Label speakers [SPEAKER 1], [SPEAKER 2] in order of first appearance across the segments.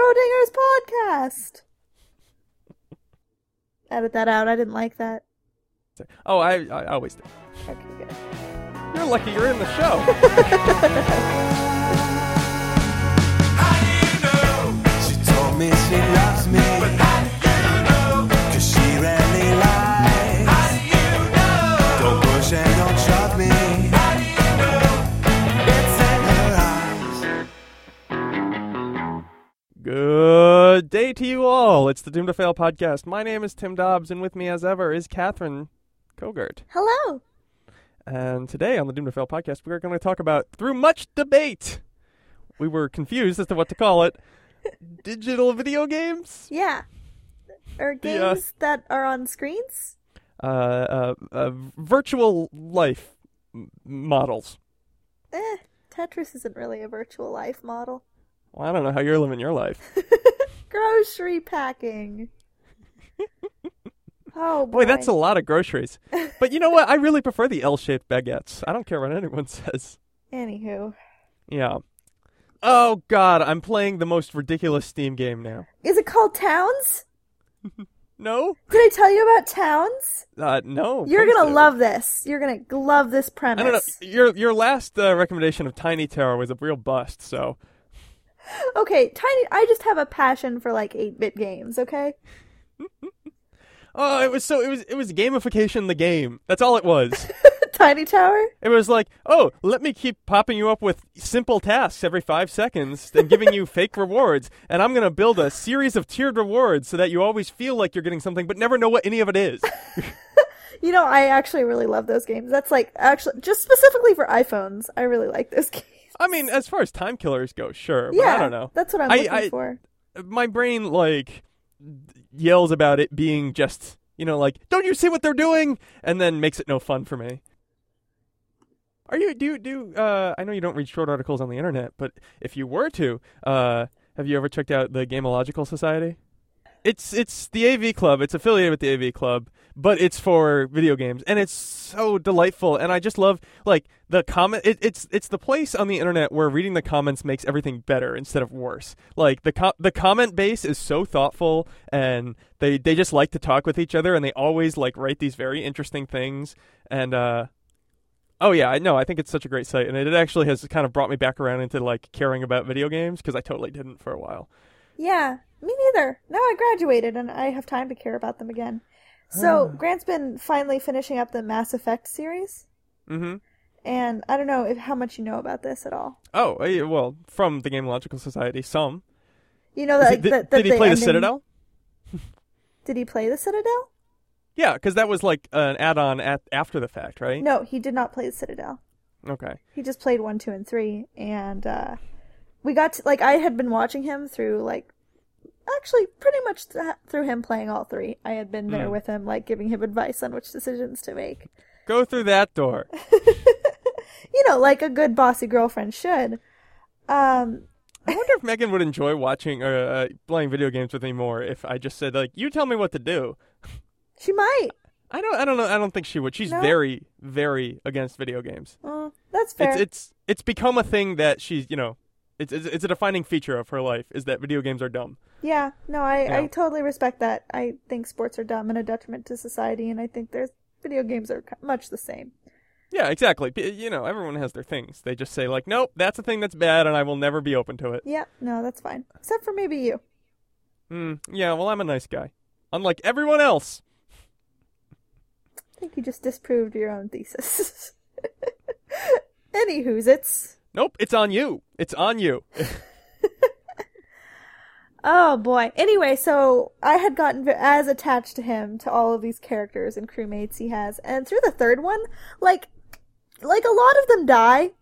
[SPEAKER 1] Schrodinger's podcast. Edit that out. I didn't like that.
[SPEAKER 2] Oh, I, I always do.
[SPEAKER 1] Okay, good.
[SPEAKER 2] You're lucky you're in the show.
[SPEAKER 3] How do you know?
[SPEAKER 4] She told me she loves me,
[SPEAKER 3] How do you know?
[SPEAKER 4] cause she rarely lies.
[SPEAKER 3] How do you know?
[SPEAKER 4] Don't push and don't shove me.
[SPEAKER 3] How do you know?
[SPEAKER 4] It's in her eyes.
[SPEAKER 2] Good day to you all. It's the Doom to Fail podcast. My name is Tim Dobbs, and with me, as ever, is Catherine Kogert.
[SPEAKER 1] Hello.
[SPEAKER 2] And today on the Doom to Fail podcast, we are going to talk about, through much debate, we were confused as to what to call it, digital video games,
[SPEAKER 1] Yeah. Or games
[SPEAKER 2] uh,
[SPEAKER 1] that are on screens.
[SPEAKER 2] uh, uh, uh, virtual life m- models.
[SPEAKER 1] Eh, Tetris isn't really a virtual life model.
[SPEAKER 2] Well, I don't know how you're living your life.
[SPEAKER 1] Grocery packing. oh boy.
[SPEAKER 2] Boy, that's a lot of groceries. But you know what? I really prefer the L-shaped baguettes. I don't care what anyone says.
[SPEAKER 1] Anywho,
[SPEAKER 2] Yeah. Oh god, I'm playing the most ridiculous Steam game now.
[SPEAKER 1] is it called Towns?
[SPEAKER 2] No?
[SPEAKER 1] Did I tell you about Towns?
[SPEAKER 2] Uh no.
[SPEAKER 1] You're
[SPEAKER 2] please
[SPEAKER 1] gonna
[SPEAKER 2] do.
[SPEAKER 1] love this. You're gonna g- love this premise.
[SPEAKER 2] I don't know. Your your last uh, recommendation of Tiny Terror was a real bust, so
[SPEAKER 1] Okay, tiny. I just have a passion for like eight bit games. Okay,
[SPEAKER 2] Oh, it was so it was it was gamification the game. That's all it was.
[SPEAKER 1] Tiny Tower.
[SPEAKER 2] it was like, "Oh, let me keep popping you up with simple tasks every 5 seconds and giving you fake rewards, and I'm going to build a series of tiered rewards so that you always feel like you're getting something but never know what any of it is."
[SPEAKER 1] You know, I actually really love those games. That's like actually just specifically for iPhones. I really like those games.
[SPEAKER 2] I mean, as far as time killers go, sure, but
[SPEAKER 1] yeah,
[SPEAKER 2] I don't know.
[SPEAKER 1] That's what I'm
[SPEAKER 2] I-
[SPEAKER 1] looking
[SPEAKER 2] I-
[SPEAKER 1] for.
[SPEAKER 2] my brain like yells about it being just you know like don't you see what they're doing and then makes it no fun for me are you do you do uh i know you don't read short articles on the internet but if you were to uh have you ever checked out the gameological society it's it's the av club it's affiliated with the av club but it's for video games and it's so delightful and i just love like the comment it, it's it's the place on the internet where reading the comments makes everything better instead of worse like the co- the comment base is so thoughtful and they they just like to talk with each other and they always like write these very interesting things and uh Oh yeah, I know. I think it's such a great site, and it it actually has kind of brought me back around into like caring about video games because I totally didn't for a while.
[SPEAKER 1] Yeah, me neither. Now I graduated and I have time to care about them again. So
[SPEAKER 2] Ah.
[SPEAKER 1] Grant's been finally finishing up the Mass Effect series,
[SPEAKER 2] Mm-hmm.
[SPEAKER 1] and I don't know if, how much you know about this at all.
[SPEAKER 2] Oh eh, well, from the Gameological Society, some.
[SPEAKER 1] You know
[SPEAKER 2] Is
[SPEAKER 1] that
[SPEAKER 2] he- did,
[SPEAKER 1] that- that
[SPEAKER 2] did he play the
[SPEAKER 1] ending-
[SPEAKER 2] Citadel?
[SPEAKER 1] Did he play the Citadel?
[SPEAKER 2] Yeah, because that was like an add-on at, after the fact, right?
[SPEAKER 1] No, he did not play the Citadel.
[SPEAKER 2] Okay.
[SPEAKER 1] he just played one two and three and uh we got to, like i had been watching him through like actually pretty much th- through him playing all three i had been there
[SPEAKER 2] Mm.
[SPEAKER 1] with him like giving him advice on which decisions to make
[SPEAKER 2] Go through that door.
[SPEAKER 1] you know like a good bossy girlfriend should um
[SPEAKER 2] I wonder if Megan would enjoy watching or uh, playing video games with me more if I just said like, "You tell me what to do."
[SPEAKER 1] she might
[SPEAKER 2] I don't. I don't know. I don't think she would. She's
[SPEAKER 1] No?
[SPEAKER 2] very, very against video games.
[SPEAKER 1] Mm, that's fair
[SPEAKER 2] It's it's it's become a thing that she's you know, it's it's, it's a defining feature of her life is that video games are dumb.
[SPEAKER 1] yeah no I, I
[SPEAKER 2] Yeah.
[SPEAKER 1] totally respect that i think sports are dumb and a detriment to society and i think there's video games are ki- much the same
[SPEAKER 2] Yeah, exactly. P- You know, everyone has their things. They just say like, "Nope, that's a thing that's bad, and I will never be open to it."
[SPEAKER 1] yeah no that's fine except for maybe you
[SPEAKER 2] Hmm. yeah, well, I'm a nice guy, unlike everyone else.
[SPEAKER 1] I think you just disproved your own thesis. Anywho's it's.
[SPEAKER 2] Nope, it's on you. It's on you.
[SPEAKER 1] Oh boy. Anyway, so I had gotten v- as attached to him to all of these characters and crewmates he has, and through the third one, like, like a lot of them die,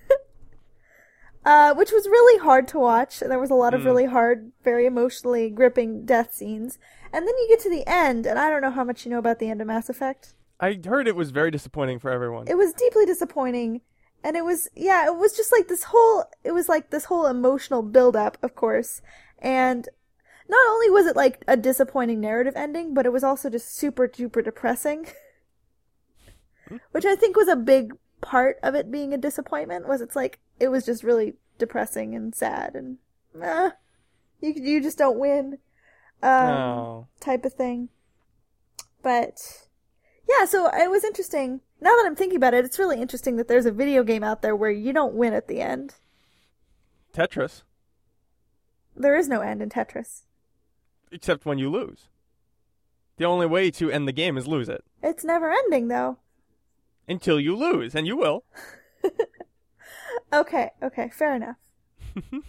[SPEAKER 1] uh, which was really hard to watch. And there was a lot of really hard, very emotionally gripping death scenes. And then you get to the end, and I don't know how much you know about the end of Mass Effect.
[SPEAKER 2] I heard it was very disappointing for everyone.
[SPEAKER 1] it was deeply disappointing and it was yeah it was just like this whole it was like this whole emotional buildup of course and not only was it like a disappointing narrative ending but it was also just super duper depressing which i think was a big part of it being a disappointment was it's like it was just really depressing and sad and uh, You you just don't win. Um,
[SPEAKER 2] oh.
[SPEAKER 1] type of thing. But yeah, so it was interesting. Now that I'm thinking about it, it's really interesting that there's a video game out there where you don't win at the end.
[SPEAKER 2] Tetris.
[SPEAKER 1] There is no end in Tetris.
[SPEAKER 2] Except when you lose. The only way to end the game is lose it.
[SPEAKER 1] It's never ending though.
[SPEAKER 2] Until you lose, and you will.
[SPEAKER 1] Okay, okay, fair enough.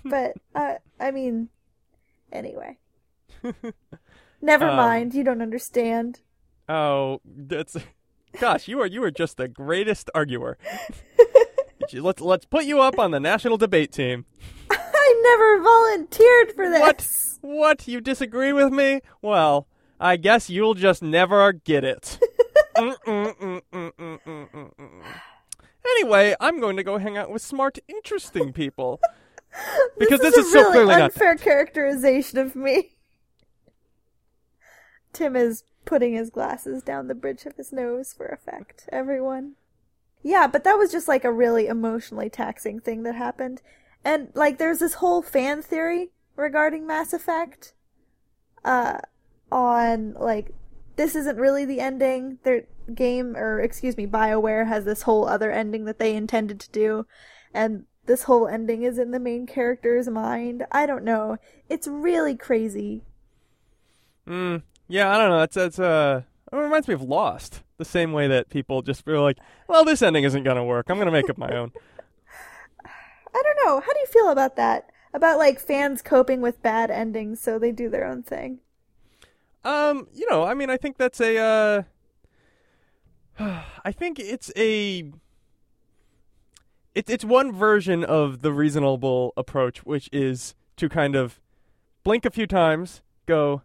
[SPEAKER 1] but uh I mean anyway. never
[SPEAKER 2] Um,
[SPEAKER 1] mind, you don't understand.
[SPEAKER 2] Oh, that's gosh, you are you are just the greatest arguer. let's let's put you up on the national debate team.
[SPEAKER 1] I never volunteered for this.
[SPEAKER 2] What? What? You disagree with me? Well, I guess you'll just never get it. Mm, mm, mm, mm, mm, mm, mm, mm. anyway, I'm going to go hang out with smart, interesting people. Because this,
[SPEAKER 1] a
[SPEAKER 2] is, so
[SPEAKER 1] really
[SPEAKER 2] clearly not.
[SPEAKER 1] unfair characterization of me. Tim is putting his glasses down the bridge of his nose for effect. Everyone. Yeah, but that was just like a really emotionally taxing thing that happened. And like there's this whole fan theory regarding Mass Effect uh on like this isn't really the ending. Their game or excuse me, BioWare has this whole other ending that they intended to do and this whole ending is in the main character's mind. I don't know. It's really crazy.
[SPEAKER 2] Mm, yeah, I don't know. That's that's uh, it reminds me of Lost. The same way that people just were like, "Well, this ending isn't gonna work. I'm gonna make up my own."
[SPEAKER 1] I don't know. How do you feel about that? About like fans coping with bad endings so they do their own thing.
[SPEAKER 2] Um, you know, I mean, I think that's a. Uh, I think it's a. It's it's one version of the reasonable approach, which is to kind of blink a few times, go,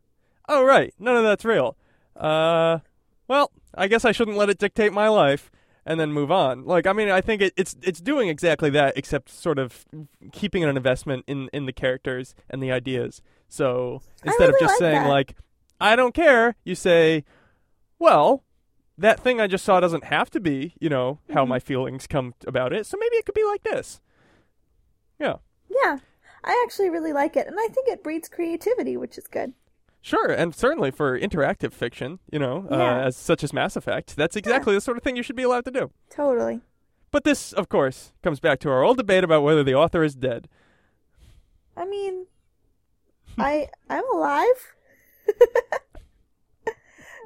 [SPEAKER 2] "Oh right, none of that's real." Uh, well, I guess I shouldn't let it dictate my life, and then move on. Like, I mean, I think it, it's it's doing exactly that, except sort of keeping an investment in in the characters and the ideas. So instead
[SPEAKER 1] really
[SPEAKER 2] of just
[SPEAKER 1] like
[SPEAKER 2] saying
[SPEAKER 1] that.
[SPEAKER 2] like, "I don't care," you say, "Well." That thing I just saw doesn't have to be, you know, how
[SPEAKER 1] Mm-hmm.
[SPEAKER 2] my feelings come about it. So maybe it could be like this. Yeah.
[SPEAKER 1] Yeah. I actually really like it and I think it breeds creativity, which is good.
[SPEAKER 2] Sure, and certainly for interactive fiction, you know,
[SPEAKER 1] Yeah.
[SPEAKER 2] uh, as such as Mass Effect, that's exactly the sort of thing you should be allowed to do.
[SPEAKER 1] Totally.
[SPEAKER 2] But this, of course, comes back to our old debate about whether the author is dead.
[SPEAKER 1] I mean I I'm alive.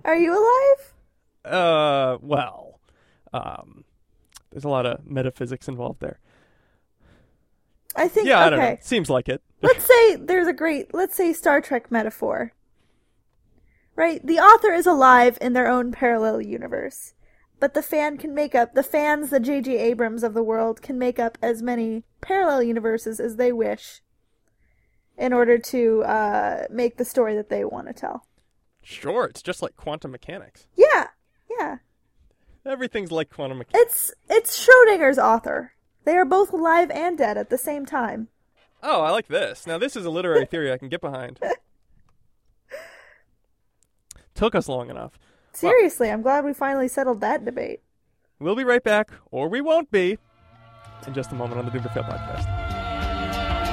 [SPEAKER 1] Are you alive?
[SPEAKER 2] Uh, well, um, there's a lot of metaphysics involved there.
[SPEAKER 1] I think
[SPEAKER 2] Yeah, I
[SPEAKER 1] okay.
[SPEAKER 2] don't know. Seems like it.
[SPEAKER 1] let's say there's a great let's say star trek metaphor right the author is alive in their own parallel universe but the fan can make up the fans the jj abrams of the world can make up as many parallel universes as they wish in order to uh, make the story that they want to tell
[SPEAKER 2] Sure, it's just like quantum mechanics.
[SPEAKER 1] yeah yeah
[SPEAKER 2] Everything's like quantum mechanics.
[SPEAKER 1] it's it's schrodinger's author they are both alive and dead at the same time
[SPEAKER 2] Oh, I like this. Now, this is a literary theory I can get behind. Took us long enough.
[SPEAKER 1] seriously i'm glad we finally settled that debate
[SPEAKER 2] We'll be right back, or we won't be, in just a moment on the Duper Fail Podcast.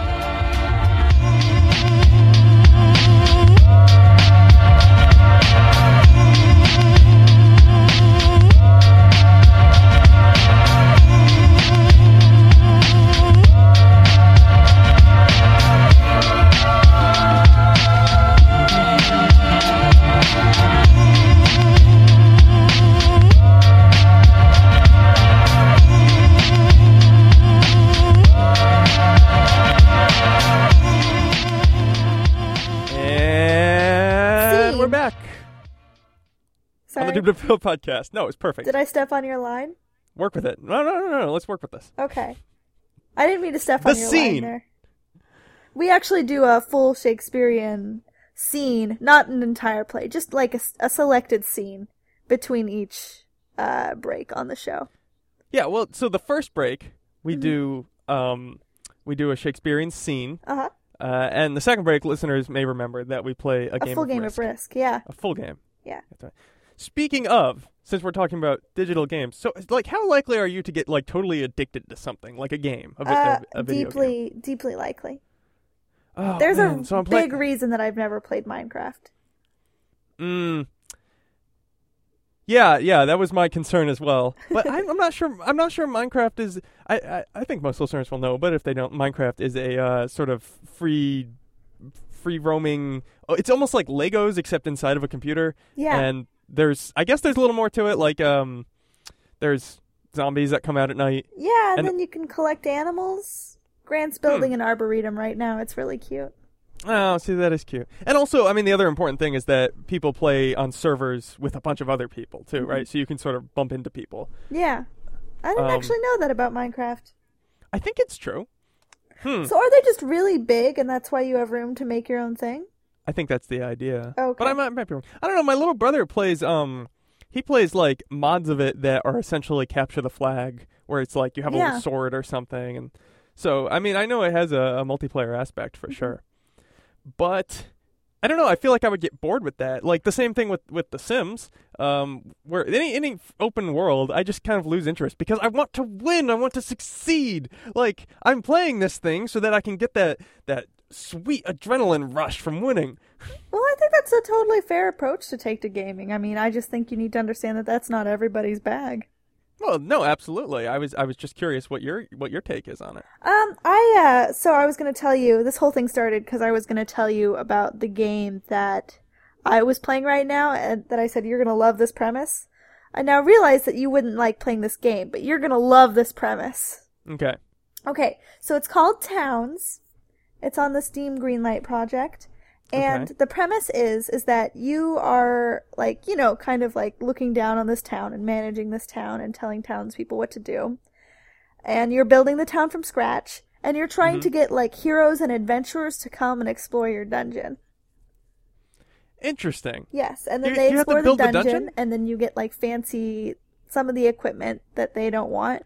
[SPEAKER 2] And
[SPEAKER 1] Scene.
[SPEAKER 2] we're back
[SPEAKER 1] sorry
[SPEAKER 2] on the Duper Fail Podcast. No, it's perfect.
[SPEAKER 1] did i step on your line
[SPEAKER 2] Work with it. No, no, no, no, no. Let's work with this.
[SPEAKER 1] Okay. I didn't mean to step
[SPEAKER 2] The
[SPEAKER 1] on your
[SPEAKER 2] scene.
[SPEAKER 1] line there. We actually do a full Shakespearean scene, not an entire play, just like a, s- a selected scene between each uh, break on the show.
[SPEAKER 2] Yeah, well, so the first break we
[SPEAKER 1] Mm-hmm.
[SPEAKER 2] do um we do a Shakespearean scene,
[SPEAKER 1] Uh huh.
[SPEAKER 2] uh, and the second break listeners may remember that we play a,
[SPEAKER 1] A
[SPEAKER 2] game
[SPEAKER 1] full
[SPEAKER 2] of
[SPEAKER 1] game
[SPEAKER 2] risk.
[SPEAKER 1] of risk. Yeah.
[SPEAKER 2] A full game.
[SPEAKER 1] Yeah.
[SPEAKER 2] That's right. Speaking of, since we're talking about digital games, so like how likely are you to get like totally addicted to something, like a game, a, vi-
[SPEAKER 1] Uh,
[SPEAKER 2] a, a video game?
[SPEAKER 1] deeply, deeply likely.
[SPEAKER 2] Oh,
[SPEAKER 1] There's
[SPEAKER 2] man.
[SPEAKER 1] a
[SPEAKER 2] so I'm play-
[SPEAKER 1] big reason that I've never played Minecraft.
[SPEAKER 2] Mm. Yeah, yeah, that was my concern as well. But I'm, I'm not sure. I'm not sure Minecraft is. I, I, I think most listeners will know, but if they don't, Minecraft is a uh, sort of free, free roaming. oh, It's almost like Legos except inside of a computer.
[SPEAKER 1] Yeah.
[SPEAKER 2] And there's, I guess, there's a little more to it. Like, um, there's zombies that come out at night.
[SPEAKER 1] Yeah, and,
[SPEAKER 2] And- Hmm.
[SPEAKER 1] then you can collect animals. Grant's building an arboretum right now. It's really cute.
[SPEAKER 2] Oh, see, that is cute. And also, I mean, the other important thing is that people play on servers with a bunch of other people too, right? So you can sort of bump into people.
[SPEAKER 1] Yeah. I didn't
[SPEAKER 2] Um,
[SPEAKER 1] actually know that about Minecraft.
[SPEAKER 2] I think it's true. hmm.
[SPEAKER 1] So are they just really big and that's why you have room to make your own thing?
[SPEAKER 2] I think that's the idea.
[SPEAKER 1] Okay.
[SPEAKER 2] But I might, might be wrong. I don't know. My little brother plays. Um, he plays like mods of it that are essentially capture the flag, where it's like you have a
[SPEAKER 1] Yeah.
[SPEAKER 2] little sword or something, and so I mean I know it has a, a multiplayer aspect for sure, but I don't know. I feel like I would get bored with that. Like the same thing with with The Sims, um, where any any f- open world, I just kind of lose interest because I want to win. I want to succeed. Like I'm playing this thing so that I can get that that sweet adrenaline rush from winning.
[SPEAKER 1] Well, I think that's a totally fair approach to take to gaming. I mean, I just think you need to understand that that's not everybody's bag.
[SPEAKER 2] Well, no, absolutely. I was I was just curious what your what your take is on it.
[SPEAKER 1] Um, I uh, so I was gonna tell you this whole thing started because I was gonna tell you about the game that I was playing right now, and that I said you're gonna love this premise. I now realize that you wouldn't like playing this game, but you're gonna love this premise.
[SPEAKER 2] Okay.
[SPEAKER 1] Okay, so it's called Towns. It's on the Steam Greenlight project. And
[SPEAKER 2] Okay.
[SPEAKER 1] the premise is is that you are like, you know, kind of like looking down on this town and managing this town and telling townspeople what to do. And you're building the town from scratch and you're trying
[SPEAKER 2] Mm-hmm.
[SPEAKER 1] to get like heroes and adventurers to come and explore your dungeon.
[SPEAKER 2] Interesting.
[SPEAKER 1] Yes, and then
[SPEAKER 2] You-
[SPEAKER 1] they
[SPEAKER 2] you have to
[SPEAKER 1] explore the
[SPEAKER 2] build the
[SPEAKER 1] dungeon,
[SPEAKER 2] dungeon?
[SPEAKER 1] and then you get like fancy some of the equipment that they don't want.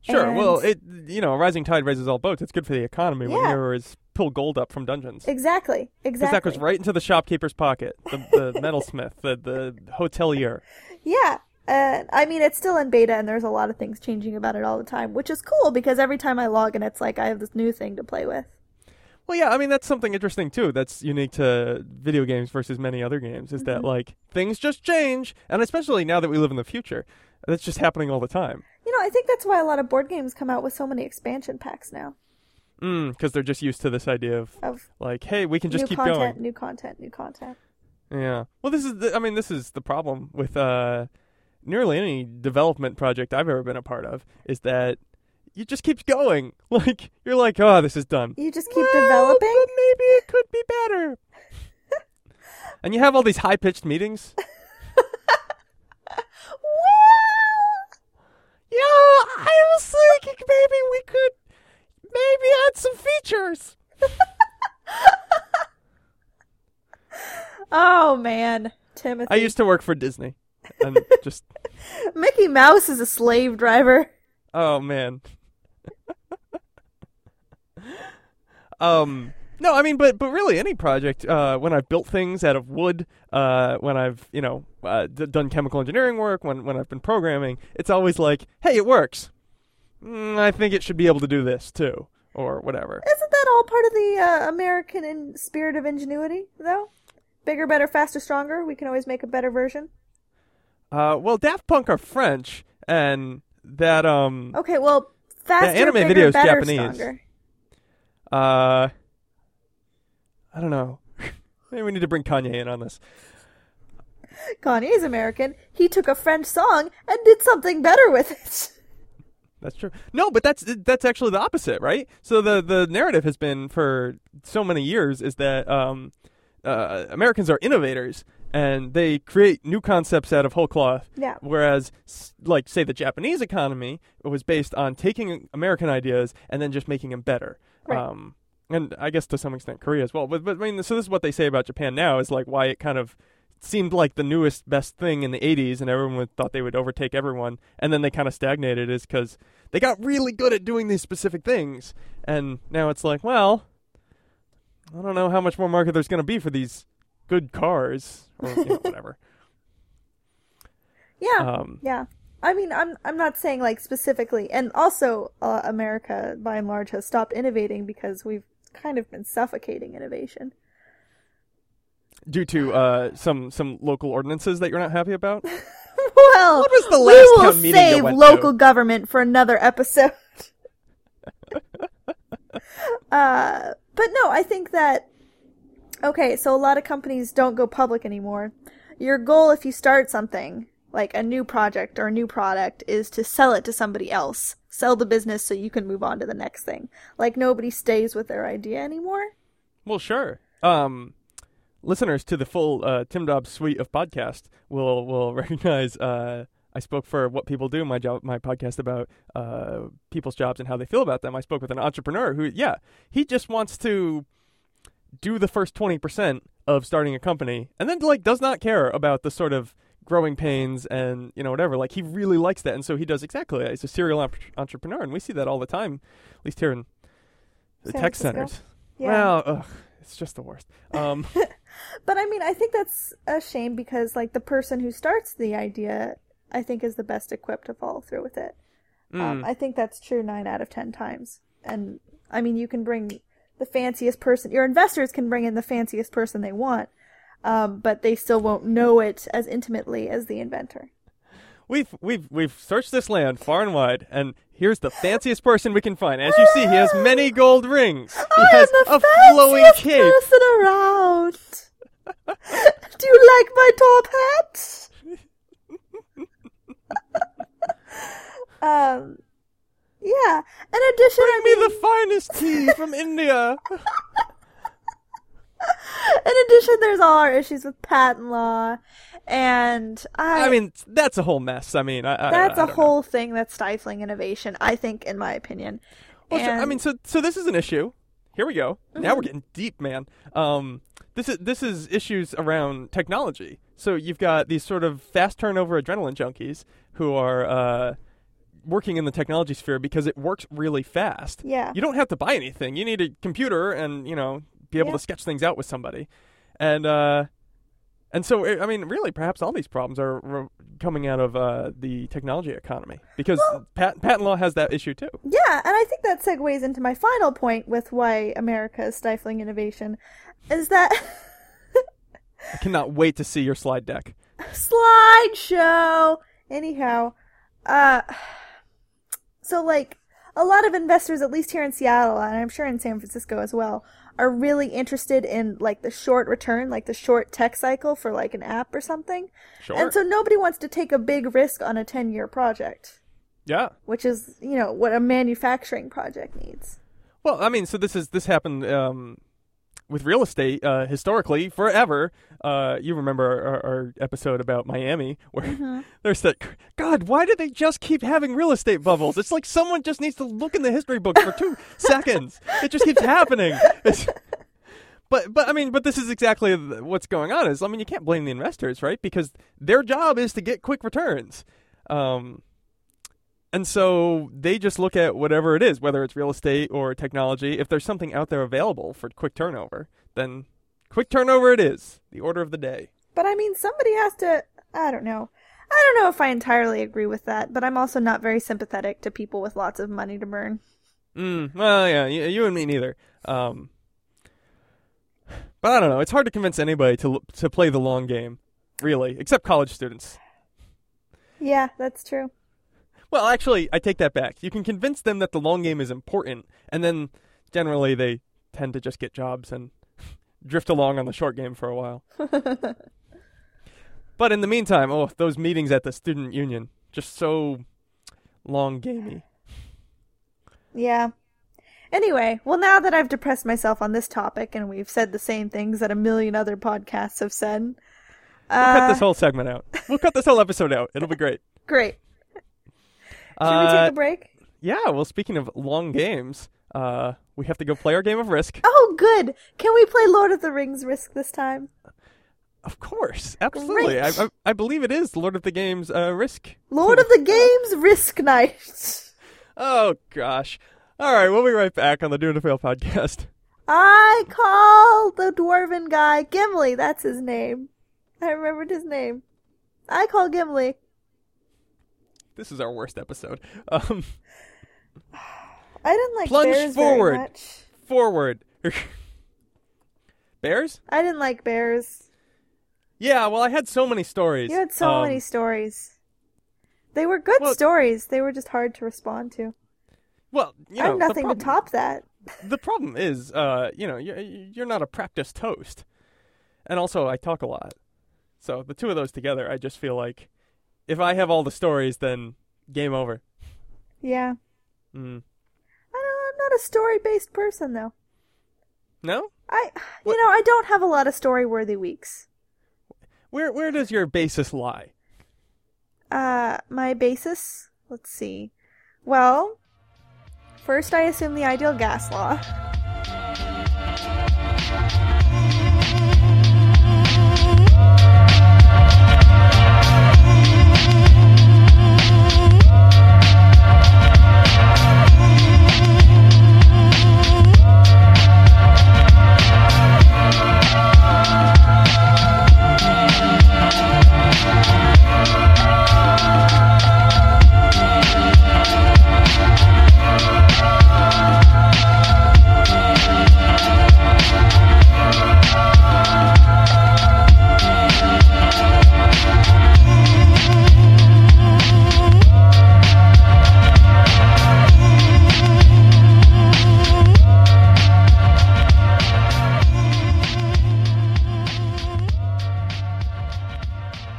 [SPEAKER 2] Sure. well,
[SPEAKER 1] And-
[SPEAKER 2] it you know, a rising tide raises all boats. It's good for the economy when
[SPEAKER 1] Yeah.
[SPEAKER 2] heroes pull gold up from dungeons.
[SPEAKER 1] Exactly.
[SPEAKER 2] Because
[SPEAKER 1] Exactly.
[SPEAKER 2] that goes right into the shopkeeper's pocket, the, the metalsmith, the, the hotelier.
[SPEAKER 1] Yeah. Uh, I mean, it's still in beta, and there's a lot of things changing about it all the time, which is cool because every time I log in, it's like I have this new thing to play with.
[SPEAKER 2] Well, yeah, I mean that's something interesting too. That's unique to video games versus many other games. Is that like things just change, and especially now that we live in the future, that's just happening all the time.
[SPEAKER 1] You know, I think that's why a lot of board games come out with so many expansion packs now
[SPEAKER 2] Because Mm, they're just used to this idea of
[SPEAKER 1] of
[SPEAKER 2] like, hey, we can just
[SPEAKER 1] new
[SPEAKER 2] keep
[SPEAKER 1] content,
[SPEAKER 2] going.
[SPEAKER 1] new content, new content.
[SPEAKER 2] Yeah. Well, this is the, I mean, this is the problem with uh, nearly any development project I've ever been a part of is that it just keeps going. Like you're like, oh, this is done.
[SPEAKER 1] You just keep
[SPEAKER 2] Well,
[SPEAKER 1] developing.
[SPEAKER 2] but maybe it could be better. and you have all these high pitched meetings. Yeah, I was thinking maybe we could maybe add some features.
[SPEAKER 1] Oh man, Timothy.
[SPEAKER 2] I used to work for Disney, and just
[SPEAKER 1] Mickey Mouse is a slave driver.
[SPEAKER 2] Oh man. um no, I mean but but really any project uh when I've built things out of wood, uh when I've, you know, uh, d- done chemical engineering work, when when I've been programming, it's always like, "Hey, it works." Mm, I think it should be able to do this too or whatever.
[SPEAKER 1] Isn't that all part of the uh, American in- spirit of ingenuity, though? Bigger, better, faster, stronger. We can always make a better version.
[SPEAKER 2] Uh well, Daft Punk are French and that um
[SPEAKER 1] Okay, well, faster,
[SPEAKER 2] anime
[SPEAKER 1] bigger,
[SPEAKER 2] video's
[SPEAKER 1] better,
[SPEAKER 2] Japanese.
[SPEAKER 1] stronger.
[SPEAKER 2] uh I don't know. Maybe we need to bring Kanye in on this.
[SPEAKER 1] Kanye's American. He took a French song and did something better with it.
[SPEAKER 2] That's true. No, but that's that's actually the opposite, right? So the the narrative has been for so many years is that um, uh, Americans are innovators and they create new concepts out of whole cloth.
[SPEAKER 1] Yeah.
[SPEAKER 2] Whereas, s- like say the Japanese economy was based on taking American ideas and then just making them better.
[SPEAKER 1] Right.
[SPEAKER 2] Um, and I guess to some extent Korea as well. But but I mean, so this is what they say about Japan now is like why it kind of seemed like the newest best thing in the 80s and everyone would- thought they would overtake everyone and then they kind of stagnated is because they got really good at doing these specific things and now it's like well i don't know how much more market there's going to be for these good cars or you know, whatever
[SPEAKER 1] Yeah,
[SPEAKER 2] um,
[SPEAKER 1] yeah. I mean, I'm I'm not saying like specifically, and also uh, America by and large has stopped innovating because we've kind of been suffocating innovation.
[SPEAKER 2] due to uh, some some local ordinances that you're not happy about.
[SPEAKER 1] Well,
[SPEAKER 2] was the last
[SPEAKER 1] we will
[SPEAKER 2] town meeting you
[SPEAKER 1] save
[SPEAKER 2] went
[SPEAKER 1] local
[SPEAKER 2] to?
[SPEAKER 1] government for another episode. uh, but no, I think that okay. So a lot of companies don't go public anymore. Your goal, if you start something like a new project or a new product, is to sell it to somebody else. Sell the business so you can move on to the next thing. Like nobody stays with their idea anymore.
[SPEAKER 2] Well, sure. Um, listeners to the full uh, Tim Dobbs suite of podcast will will recognize. Uh, I spoke for what people do my job my podcast about uh, people's jobs and how they feel about them. I spoke with an entrepreneur who, yeah, he just wants to do the first twenty percent of starting a company, and then like does not care about the sort of growing pains and you know whatever like he really likes that and so he does exactly that he's a serial entre- entrepreneur and we see that all the time at least here in the
[SPEAKER 1] San
[SPEAKER 2] tech
[SPEAKER 1] Francisco?
[SPEAKER 2] centers
[SPEAKER 1] Yeah.
[SPEAKER 2] well, ugh, it's just the worst. Um,
[SPEAKER 1] But I mean, I think that's a shame because, like, the person who starts the idea, I think, is the best equipped to follow through with it. Um, I think that's true nine out of ten times. And I mean, you can bring the fanciest person, your investors can bring in the fanciest person they want, um, but they still won't know it as intimately as the inventor.
[SPEAKER 2] we've we've we've searched this land far and wide, and here's the fanciest person we can find. As you see, he has many gold rings. He
[SPEAKER 1] I
[SPEAKER 2] has
[SPEAKER 1] am the
[SPEAKER 2] a flowing
[SPEAKER 1] fanciest
[SPEAKER 2] cape.
[SPEAKER 1] person around. Do you like my top hat? um, yeah. In addition, I
[SPEAKER 2] Bring
[SPEAKER 1] mean,
[SPEAKER 2] me the finest tea from India.
[SPEAKER 1] in addition, there's all our issues with patent law, and I,
[SPEAKER 2] I mean, that's a whole mess. I mean, I, I,
[SPEAKER 1] that's
[SPEAKER 2] a
[SPEAKER 1] a whole thing that's stifling innovation. I think, in my opinion.
[SPEAKER 2] Well, so- I
[SPEAKER 1] And- Mm-hmm.
[SPEAKER 2] mean, so so this is an issue. Here we go. Now we're getting deep, man. Um, this is this is issues around technology. So you've got these sort of fast turnover adrenaline junkies who are uh, working in the technology sphere because it works really fast.
[SPEAKER 1] Yeah.
[SPEAKER 2] You don't have to buy anything. You need a computer and you know be able
[SPEAKER 1] Yeah.
[SPEAKER 2] to sketch things out with somebody, and uh, and so I I mean, really, perhaps all these problems are re- coming out of uh, the technology economy because pat- patent law has that issue too.
[SPEAKER 1] Yeah, and I think that segues into my final point with why America is stifling innovation, is that.
[SPEAKER 2] I cannot wait to see your slide deck.
[SPEAKER 1] slideshow. Anyhow, uh, so like a lot of investors, at least here in Seattle, and I'm sure in San Francisco as well, are really interested in like the short return, like the short tech cycle for like an app or something.
[SPEAKER 2] Sure.
[SPEAKER 1] And so nobody wants to take a big risk on a 10 year project,
[SPEAKER 2] yeah.
[SPEAKER 1] which is, you know, what a manufacturing project needs.
[SPEAKER 2] Well, I mean, so this is this happened um, with real estate uh, historically forever. Uh, you remember our, our episode about Miami where there's that. God, why do they just keep having real estate bubbles? It's like someone just needs to look in the history books for two seconds. It just keeps happening. It's- But, but I mean, but this is exactly th- what's going on. Is I mean, you can't blame the investors, right? Because their job is to get quick returns. Um, And so they just look at whatever it is, whether it's real estate or technology. If there's something out there available for quick turnover, then quick turnover it is, the order of the day.
[SPEAKER 1] But I mean, somebody has to. I don't know. I don't know if I entirely agree with that, but I'm also not very sympathetic to people with lots of money to burn.
[SPEAKER 2] Mm, well, yeah, you, you and me neither. Um, but I don't know. It's hard to convince anybody to l- to play the long game, really, except college students.
[SPEAKER 1] Yeah, that's true.
[SPEAKER 2] Well, actually, I take that back. You can convince them that the long game is important, and then generally they tend to just get jobs and drift along on the short game for a while. but in the meantime, oh, those meetings at the student union just so long gamey.
[SPEAKER 1] Yeah. Anyway, well, now that I've depressed myself on this topic and we've said the same things that a million other podcasts have said,
[SPEAKER 2] We'll cut
[SPEAKER 1] uh,
[SPEAKER 2] this whole segment out. We'll cut this whole episode out. It'll be great.
[SPEAKER 1] great. Should we
[SPEAKER 2] Uh,
[SPEAKER 1] take a break?
[SPEAKER 2] yeah. Well, speaking of long games, uh, we have to go play our game of Risk.
[SPEAKER 1] Oh, good. Can we play Lord of the Rings Risk this time?
[SPEAKER 2] Of course, absolutely. I,
[SPEAKER 1] Great.
[SPEAKER 2] I, I believe it is Lord of the Games uh, Risk
[SPEAKER 1] Lord of the Games Risk Night.
[SPEAKER 2] Oh gosh. All right, we'll be right back on the Do It to Fail podcast.
[SPEAKER 1] I call the dwarven guy Gimli. That's his name. I remembered his name. I call Gimli.
[SPEAKER 2] This is our worst episode. Um,
[SPEAKER 1] I didn't like
[SPEAKER 2] Plunge
[SPEAKER 1] bears
[SPEAKER 2] forward.
[SPEAKER 1] very much.
[SPEAKER 2] forward. Bears?
[SPEAKER 1] I didn't like bears.
[SPEAKER 2] Yeah, well, I had so many stories.
[SPEAKER 1] You had so
[SPEAKER 2] Um,
[SPEAKER 1] many stories. They were good
[SPEAKER 2] well-
[SPEAKER 1] stories. They were just hard to respond to.
[SPEAKER 2] Well, you know,
[SPEAKER 1] I have
[SPEAKER 2] the
[SPEAKER 1] nothing to
[SPEAKER 2] problem-
[SPEAKER 1] top that.
[SPEAKER 2] the problem is, uh, you know, you're, you're not a practiced host, and also I talk a lot. So the two of those together, I just feel like if I have all the stories, then game over.
[SPEAKER 1] Yeah.
[SPEAKER 2] Mm.
[SPEAKER 1] I don't, I'm not a story based person though.
[SPEAKER 2] No,
[SPEAKER 1] I, you
[SPEAKER 2] What-
[SPEAKER 1] know, I don't have a lot of story worthy weeks.
[SPEAKER 2] where where does your basis lie?
[SPEAKER 1] Uh, my basis. Let's see. Well, first I assume the ideal gas law.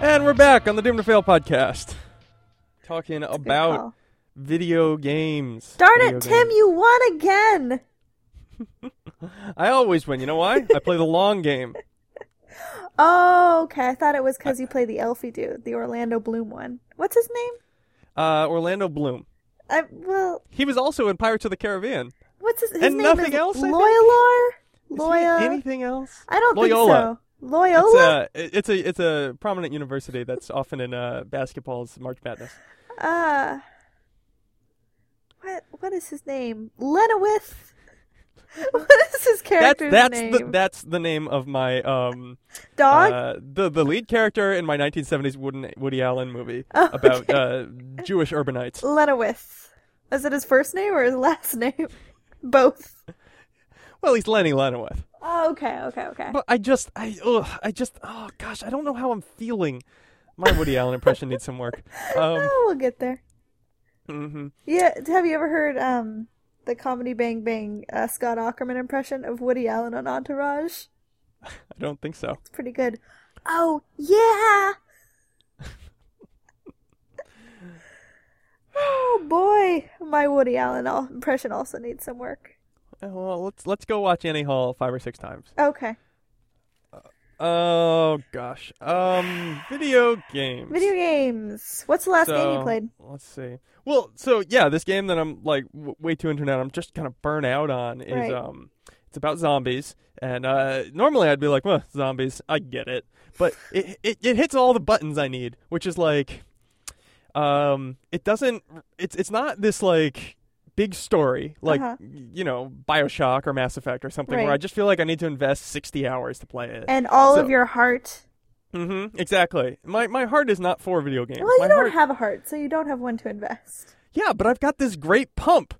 [SPEAKER 2] And we're back on the Doom to Fail podcast, talking
[SPEAKER 1] Good
[SPEAKER 2] about
[SPEAKER 1] call.
[SPEAKER 2] video games.
[SPEAKER 1] Darn
[SPEAKER 2] Video
[SPEAKER 1] it, Tim!
[SPEAKER 2] games.
[SPEAKER 1] You won again.
[SPEAKER 2] I always win. You know why? I play the long game.
[SPEAKER 1] Oh, okay. I thought it was because you play the Elfie dude, the Orlando Bloom one. What's his name?
[SPEAKER 2] Uh, Orlando Bloom.
[SPEAKER 1] I well,
[SPEAKER 2] He was also in Pirates of the Caribbean.
[SPEAKER 1] what's his, his
[SPEAKER 2] And
[SPEAKER 1] name?
[SPEAKER 2] nothing
[SPEAKER 1] is
[SPEAKER 2] else, I think?
[SPEAKER 1] Loyalor.
[SPEAKER 2] Is he in
[SPEAKER 1] Loya.
[SPEAKER 2] anything else?
[SPEAKER 1] uh, I don't
[SPEAKER 2] Loyola.
[SPEAKER 1] think so. Loyola.
[SPEAKER 2] It's a, it's a it's a prominent university that's often in uh, basketball's March Madness.
[SPEAKER 1] Uh, what what is his name? Lenowith. what is his
[SPEAKER 2] That's
[SPEAKER 1] character's
[SPEAKER 2] that's
[SPEAKER 1] name?
[SPEAKER 2] the that's the name of my um
[SPEAKER 1] Dog.
[SPEAKER 2] uh, the the lead character in my 1970s Woody, Woody Allen movie
[SPEAKER 1] Oh,
[SPEAKER 2] about
[SPEAKER 1] okay.
[SPEAKER 2] uh, Jewish urbanites.
[SPEAKER 1] Lenowith. Is it his first name or his last name? Both.
[SPEAKER 2] Well, he's Lenny Lenowith.
[SPEAKER 1] Oh, okay, okay, okay.
[SPEAKER 2] But I just I ugh, I just oh gosh I don't know how I'm feeling. My Woody Allen impression needs some work. Um,
[SPEAKER 1] oh, we'll get there.
[SPEAKER 2] mhm.
[SPEAKER 1] Yeah, have you ever heard um the comedy Bang Bang uh, Scott Ackerman impression of Woody Allen on Entourage?
[SPEAKER 2] I don't think so.
[SPEAKER 1] It's pretty good. Oh yeah. oh boy, my Woody Allen al- impression also needs some work.
[SPEAKER 2] Uh, Well, let's let's go watch Annie Hall five or six times.
[SPEAKER 1] Okay,
[SPEAKER 2] Oh gosh. Um, video games.
[SPEAKER 1] video games. What's the last game you
[SPEAKER 2] So,
[SPEAKER 1] played?
[SPEAKER 2] Let's see. Well, so yeah, this game that I'm like w- way too into now, and I'm just kind of burnt out on is
[SPEAKER 1] Right.
[SPEAKER 2] um, it's about zombies, and uh, normally I'd be like, well, zombies, I get it, but it, it it hits all the buttons I need, which is like, um, it doesn't, it's it's not this like big story like
[SPEAKER 1] Uh-huh.
[SPEAKER 2] you know Bioshock or Mass Effect or something where
[SPEAKER 1] Right.
[SPEAKER 2] I just feel like I need to invest sixty hours to play it.
[SPEAKER 1] And all of
[SPEAKER 2] so-
[SPEAKER 1] your heart.
[SPEAKER 2] Mm-hmm. Exactly. My my heart is not for video games.
[SPEAKER 1] Well,
[SPEAKER 2] My
[SPEAKER 1] you don't
[SPEAKER 2] heart-
[SPEAKER 1] have a heart, so you don't have one to invest.
[SPEAKER 2] Yeah, but I've got this great pump.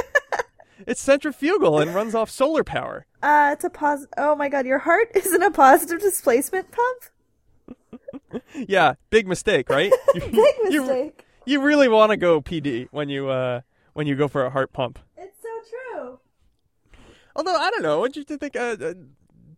[SPEAKER 2] it's centrifugal and runs off solar power.
[SPEAKER 1] Uh, it's a pos. Oh my god, your heart isn't a positive displacement pump.
[SPEAKER 2] Yeah, big mistake, right? You-
[SPEAKER 1] Big
[SPEAKER 2] you-
[SPEAKER 1] mistake.
[SPEAKER 2] You, really want to go PD when you uh when you go for a heart pump.
[SPEAKER 1] It's so true.
[SPEAKER 2] Although I don't know, what do you think? Uh, uh,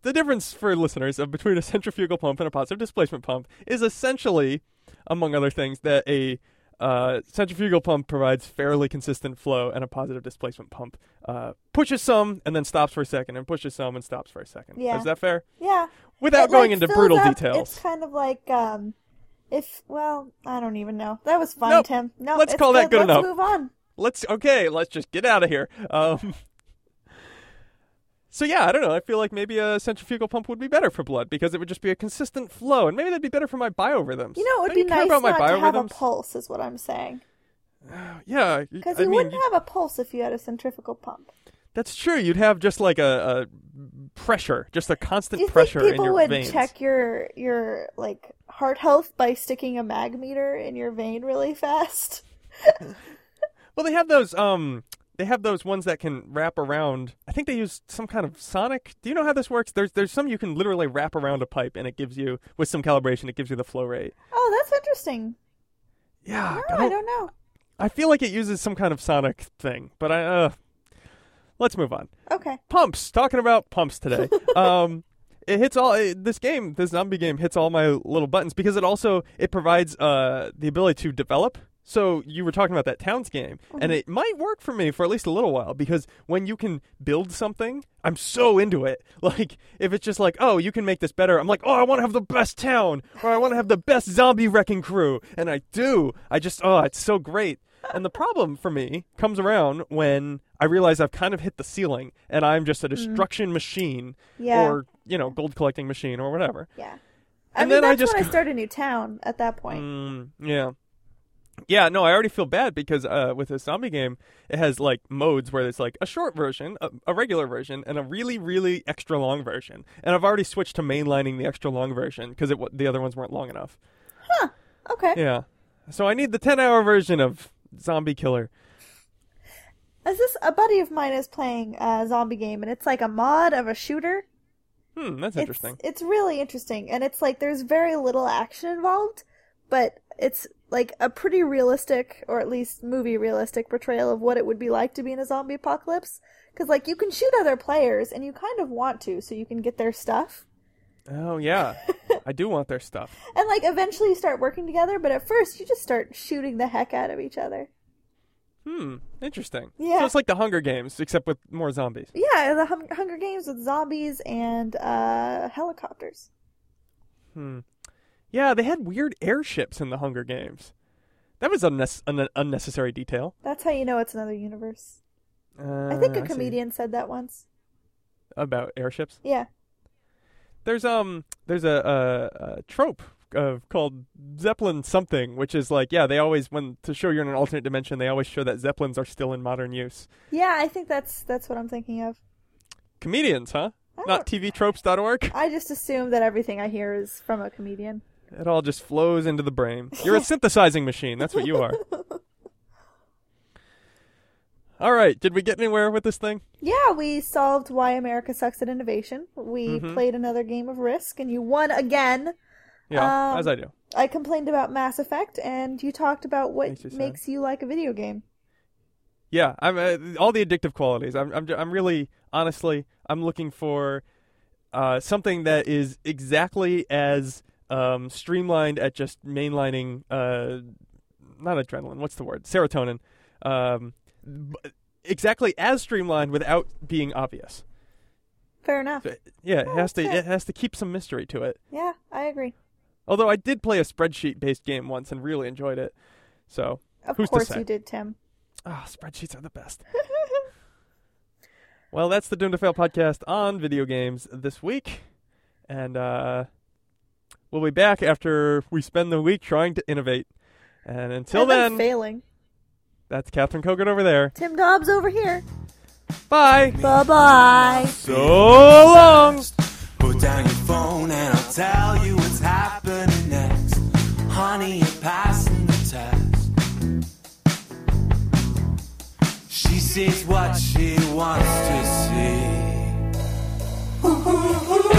[SPEAKER 2] the difference for listeners of between a centrifugal pump and a positive displacement pump is essentially, among other things, that a uh, centrifugal pump provides fairly consistent flow, and a positive displacement pump uh, pushes some and then stops for a second, and pushes some and stops for a second.
[SPEAKER 1] Yeah.
[SPEAKER 2] Is that fair?
[SPEAKER 1] Yeah.
[SPEAKER 2] Without
[SPEAKER 1] It,
[SPEAKER 2] going
[SPEAKER 1] like,
[SPEAKER 2] into
[SPEAKER 1] fills
[SPEAKER 2] brutal
[SPEAKER 1] up-
[SPEAKER 2] details,
[SPEAKER 1] It's kind of like um, if well, I don't even know. That was fun,
[SPEAKER 2] Nope.
[SPEAKER 1] Tim. No,
[SPEAKER 2] Let's
[SPEAKER 1] it's
[SPEAKER 2] call that good
[SPEAKER 1] Let's
[SPEAKER 2] enough.
[SPEAKER 1] move on.
[SPEAKER 2] let's okay, let's just get out of here. Um, so yeah, I don't know. I feel like maybe a centrifugal pump would be better for blood because it would just be a consistent flow, and maybe that'd be better for my biorhythms.
[SPEAKER 1] You know, it would
[SPEAKER 2] Don't
[SPEAKER 1] be
[SPEAKER 2] you care
[SPEAKER 1] nice
[SPEAKER 2] about my
[SPEAKER 1] not to have a
[SPEAKER 2] biorhythms?
[SPEAKER 1] pulse, is what I'm saying.
[SPEAKER 2] Yeah, y-
[SPEAKER 1] Because
[SPEAKER 2] I
[SPEAKER 1] you
[SPEAKER 2] mean,
[SPEAKER 1] wouldn't
[SPEAKER 2] you-
[SPEAKER 1] have a pulse if you had a centrifugal pump.
[SPEAKER 2] that's true. You'd have just like a, a pressure, just a
[SPEAKER 1] Do
[SPEAKER 2] constant
[SPEAKER 1] you think
[SPEAKER 2] pressure in
[SPEAKER 1] people
[SPEAKER 2] your
[SPEAKER 1] would
[SPEAKER 2] veins.
[SPEAKER 1] check your your like heart health by sticking a mag meter in your vein really fast?
[SPEAKER 2] Well, they have those um they have those ones that can wrap around. I think they use some kind of sonic. Do you know how this works? There's there's some you can literally wrap around a pipe and it gives you with some calibration it gives you the flow rate.
[SPEAKER 1] Oh, that's interesting.
[SPEAKER 2] Yeah,
[SPEAKER 1] No, I
[SPEAKER 2] I don't-
[SPEAKER 1] don't know.
[SPEAKER 2] I feel like it uses some kind of sonic thing, but I uh let's move on.
[SPEAKER 1] Okay.
[SPEAKER 2] Pumps, talking about pumps today. um it hits all it, this game, this zombie game hits all my little buttons because it also it provides uh the ability to develop. So you were talking about that towns game and it might work for me for at least a little while because when you can build something, I'm so into it. Like if it's just like, "Oh, you can make this better." I'm like, "Oh, I want to have the best town or I want to have the best zombie wrecking crew." And I do. I just oh, it's so great. And the problem for me comes around when I realize I've kind of hit the ceiling and I'm just a destruction machine
[SPEAKER 1] Yeah.
[SPEAKER 2] or, you know, gold collecting machine or whatever.
[SPEAKER 1] Yeah. I mean,
[SPEAKER 2] And then I
[SPEAKER 1] that's
[SPEAKER 2] just
[SPEAKER 1] when I
[SPEAKER 2] go-
[SPEAKER 1] start a new town at that point.
[SPEAKER 2] Mm, yeah. Yeah, no, I already feel bad because uh, with this zombie game, it has like modes where it's like a short version, a, a regular version, and a really, really extra long version. And I've already switched to mainlining the extra long version because the other ones weren't long enough.
[SPEAKER 1] Okay.
[SPEAKER 2] Yeah. So I need the 10 hour version of Zombie Killer.
[SPEAKER 1] Is this a buddy of mine is playing a zombie game and it's like a mod of a shooter?
[SPEAKER 2] Hmm, that's
[SPEAKER 1] It's-
[SPEAKER 2] interesting.
[SPEAKER 1] It's, really interesting, and it's like there's very little action involved, but it's like a pretty realistic, or at least movie realistic, portrayal of what it would be like to be in a zombie apocalypse. Because like you can shoot other players, and you kind of want to, so you can get their stuff.
[SPEAKER 2] Oh yeah, I do want their stuff.
[SPEAKER 1] And like eventually you start working together, but at first you just start shooting the heck out of each other.
[SPEAKER 2] Hmm, interesting.
[SPEAKER 1] Yeah.
[SPEAKER 2] So it's like the Hunger Games, except with more zombies.
[SPEAKER 1] Yeah, the Hung- Hunger Games with zombies and uh, helicopters.
[SPEAKER 2] Yeah, they had weird airships in the Hunger Games. That was unnes- an unnecessary detail.
[SPEAKER 1] That's how you know it's another universe.
[SPEAKER 2] Uh,
[SPEAKER 1] I think a
[SPEAKER 2] see.
[SPEAKER 1] comedian said that once.
[SPEAKER 2] about airships.
[SPEAKER 1] Yeah.
[SPEAKER 2] There's um, there's a, a, a trope of called Zeppelin something, which is like, yeah, they always when to show you're in an alternate dimension, they always show that Zeppelins are still in modern use.
[SPEAKER 1] Yeah, I think that's that's what I'm thinking of.
[SPEAKER 2] Comedians, huh?
[SPEAKER 1] I
[SPEAKER 2] Not TVtropes.org.
[SPEAKER 1] I just assume that everything I hear is from a comedian.
[SPEAKER 2] It all just flows into the brain. You're a synthesizing machine. That's what you are. All right. Did we get anywhere with this thing?
[SPEAKER 1] Yeah, we solved why America sucks at innovation. We
[SPEAKER 2] Mm-hmm.
[SPEAKER 1] played another game of Risk, and you won again.
[SPEAKER 2] Yeah,
[SPEAKER 1] Um,
[SPEAKER 2] as I do.
[SPEAKER 1] I complained about Mass Effect, and you talked about what
[SPEAKER 2] Makes you sad.
[SPEAKER 1] makes you like a video game.
[SPEAKER 2] Yeah, I'm uh, all the addictive qualities. I'm, I'm, ju- I'm really, honestly, I'm looking for uh, something that is exactly as um, streamlined at just mainlining, uh, not adrenaline. What's the word? Serotonin. Um, b- exactly as streamlined without being obvious.
[SPEAKER 1] Fair enough.
[SPEAKER 2] So, yeah, it has to.
[SPEAKER 1] okay.
[SPEAKER 2] It has to keep some mystery to it.
[SPEAKER 1] Yeah, I agree.
[SPEAKER 2] Although I did play a spreadsheet based game once and really enjoyed it. So,
[SPEAKER 1] Of
[SPEAKER 2] Who's to
[SPEAKER 1] course
[SPEAKER 2] say?
[SPEAKER 1] you did, Tim.
[SPEAKER 2] ah, spreadsheets are the best. well, that's the Doom to Fail podcast on video games this week. And uh, we'll be back after we spend the week trying to innovate. And until
[SPEAKER 1] And I'm
[SPEAKER 2] then,
[SPEAKER 1] failing.
[SPEAKER 2] that's Catherine Kogan over there.
[SPEAKER 1] Tim Dobbs over here.
[SPEAKER 2] Bye.
[SPEAKER 1] Bye bye.
[SPEAKER 2] So long.
[SPEAKER 4] Put down your phone and I'll tell you what's happening next. Honey, you're passing the test. She sees what she wants to see.